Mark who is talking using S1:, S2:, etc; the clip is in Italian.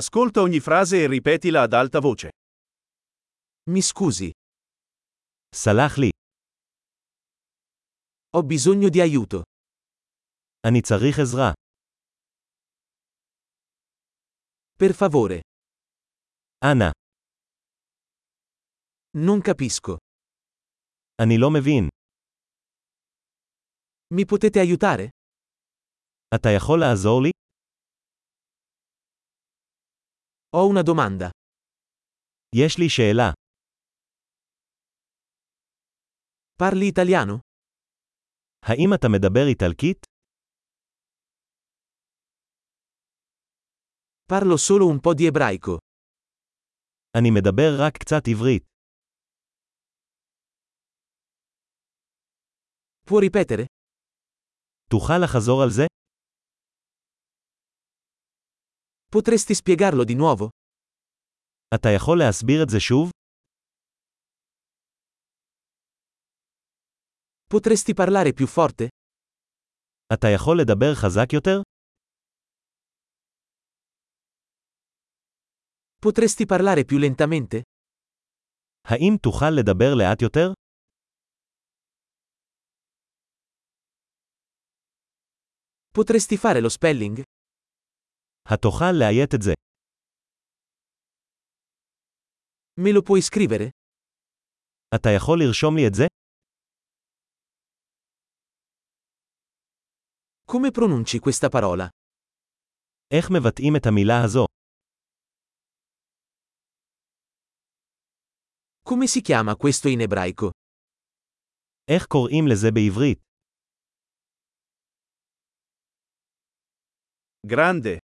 S1: Ascolta ogni frase e ripetila ad alta voce.
S2: Mi scusi,
S3: סלח לי,
S2: ho bisogno di aiuto.
S3: אני צריך עזרה.
S2: Per favore,
S3: אנא,
S2: non capisco.
S3: אני לא מבין.
S2: Mi potete aiutare?
S3: אתה יכול לעזור לי?
S2: Ho una domanda.
S3: יש לי שאלה.
S2: Parli italiano?
S3: האם אתה מדבר איטלקית?
S2: Parlo solo un po' di ebraico.
S3: אני מדבר רק קצת עברית.
S2: Può ripetere?
S3: תוכל לחזור על זה?
S2: Potresti spiegarlo di nuovo?
S3: אתה יכול להסביר את זה שוב?
S2: Potresti parlare più forte?
S3: אתה יכול לדבר חזק יותר?
S2: Potresti parlare più lentamente?
S3: האם תוכל לדבר לאט יותר?
S2: Potresti fare lo spelling?
S3: התוכל לאיית את זה.
S2: Me lo puoi scrivere?
S3: אתה יכול לרשום לי את זה?
S2: Come pronunci questa parola?
S3: איך מבטאים את המילה הזו?
S2: Come si chiama questo in ebraico?
S3: איך קוראים לזה בעברית?
S1: Grande.